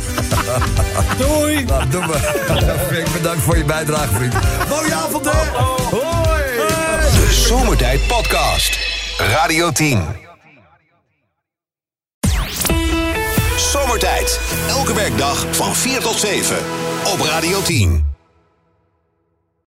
Speaker 5: Doei.
Speaker 2: Nou, doen we. Frank, bedankt voor je bijdrage, vriend. Mooie avond, hè?
Speaker 4: Oh,
Speaker 2: Hoi.
Speaker 1: De Zomertijd Podcast. Radio 10. Zomertijd. Elke werkdag van 4 tot 7. Op Radio 10.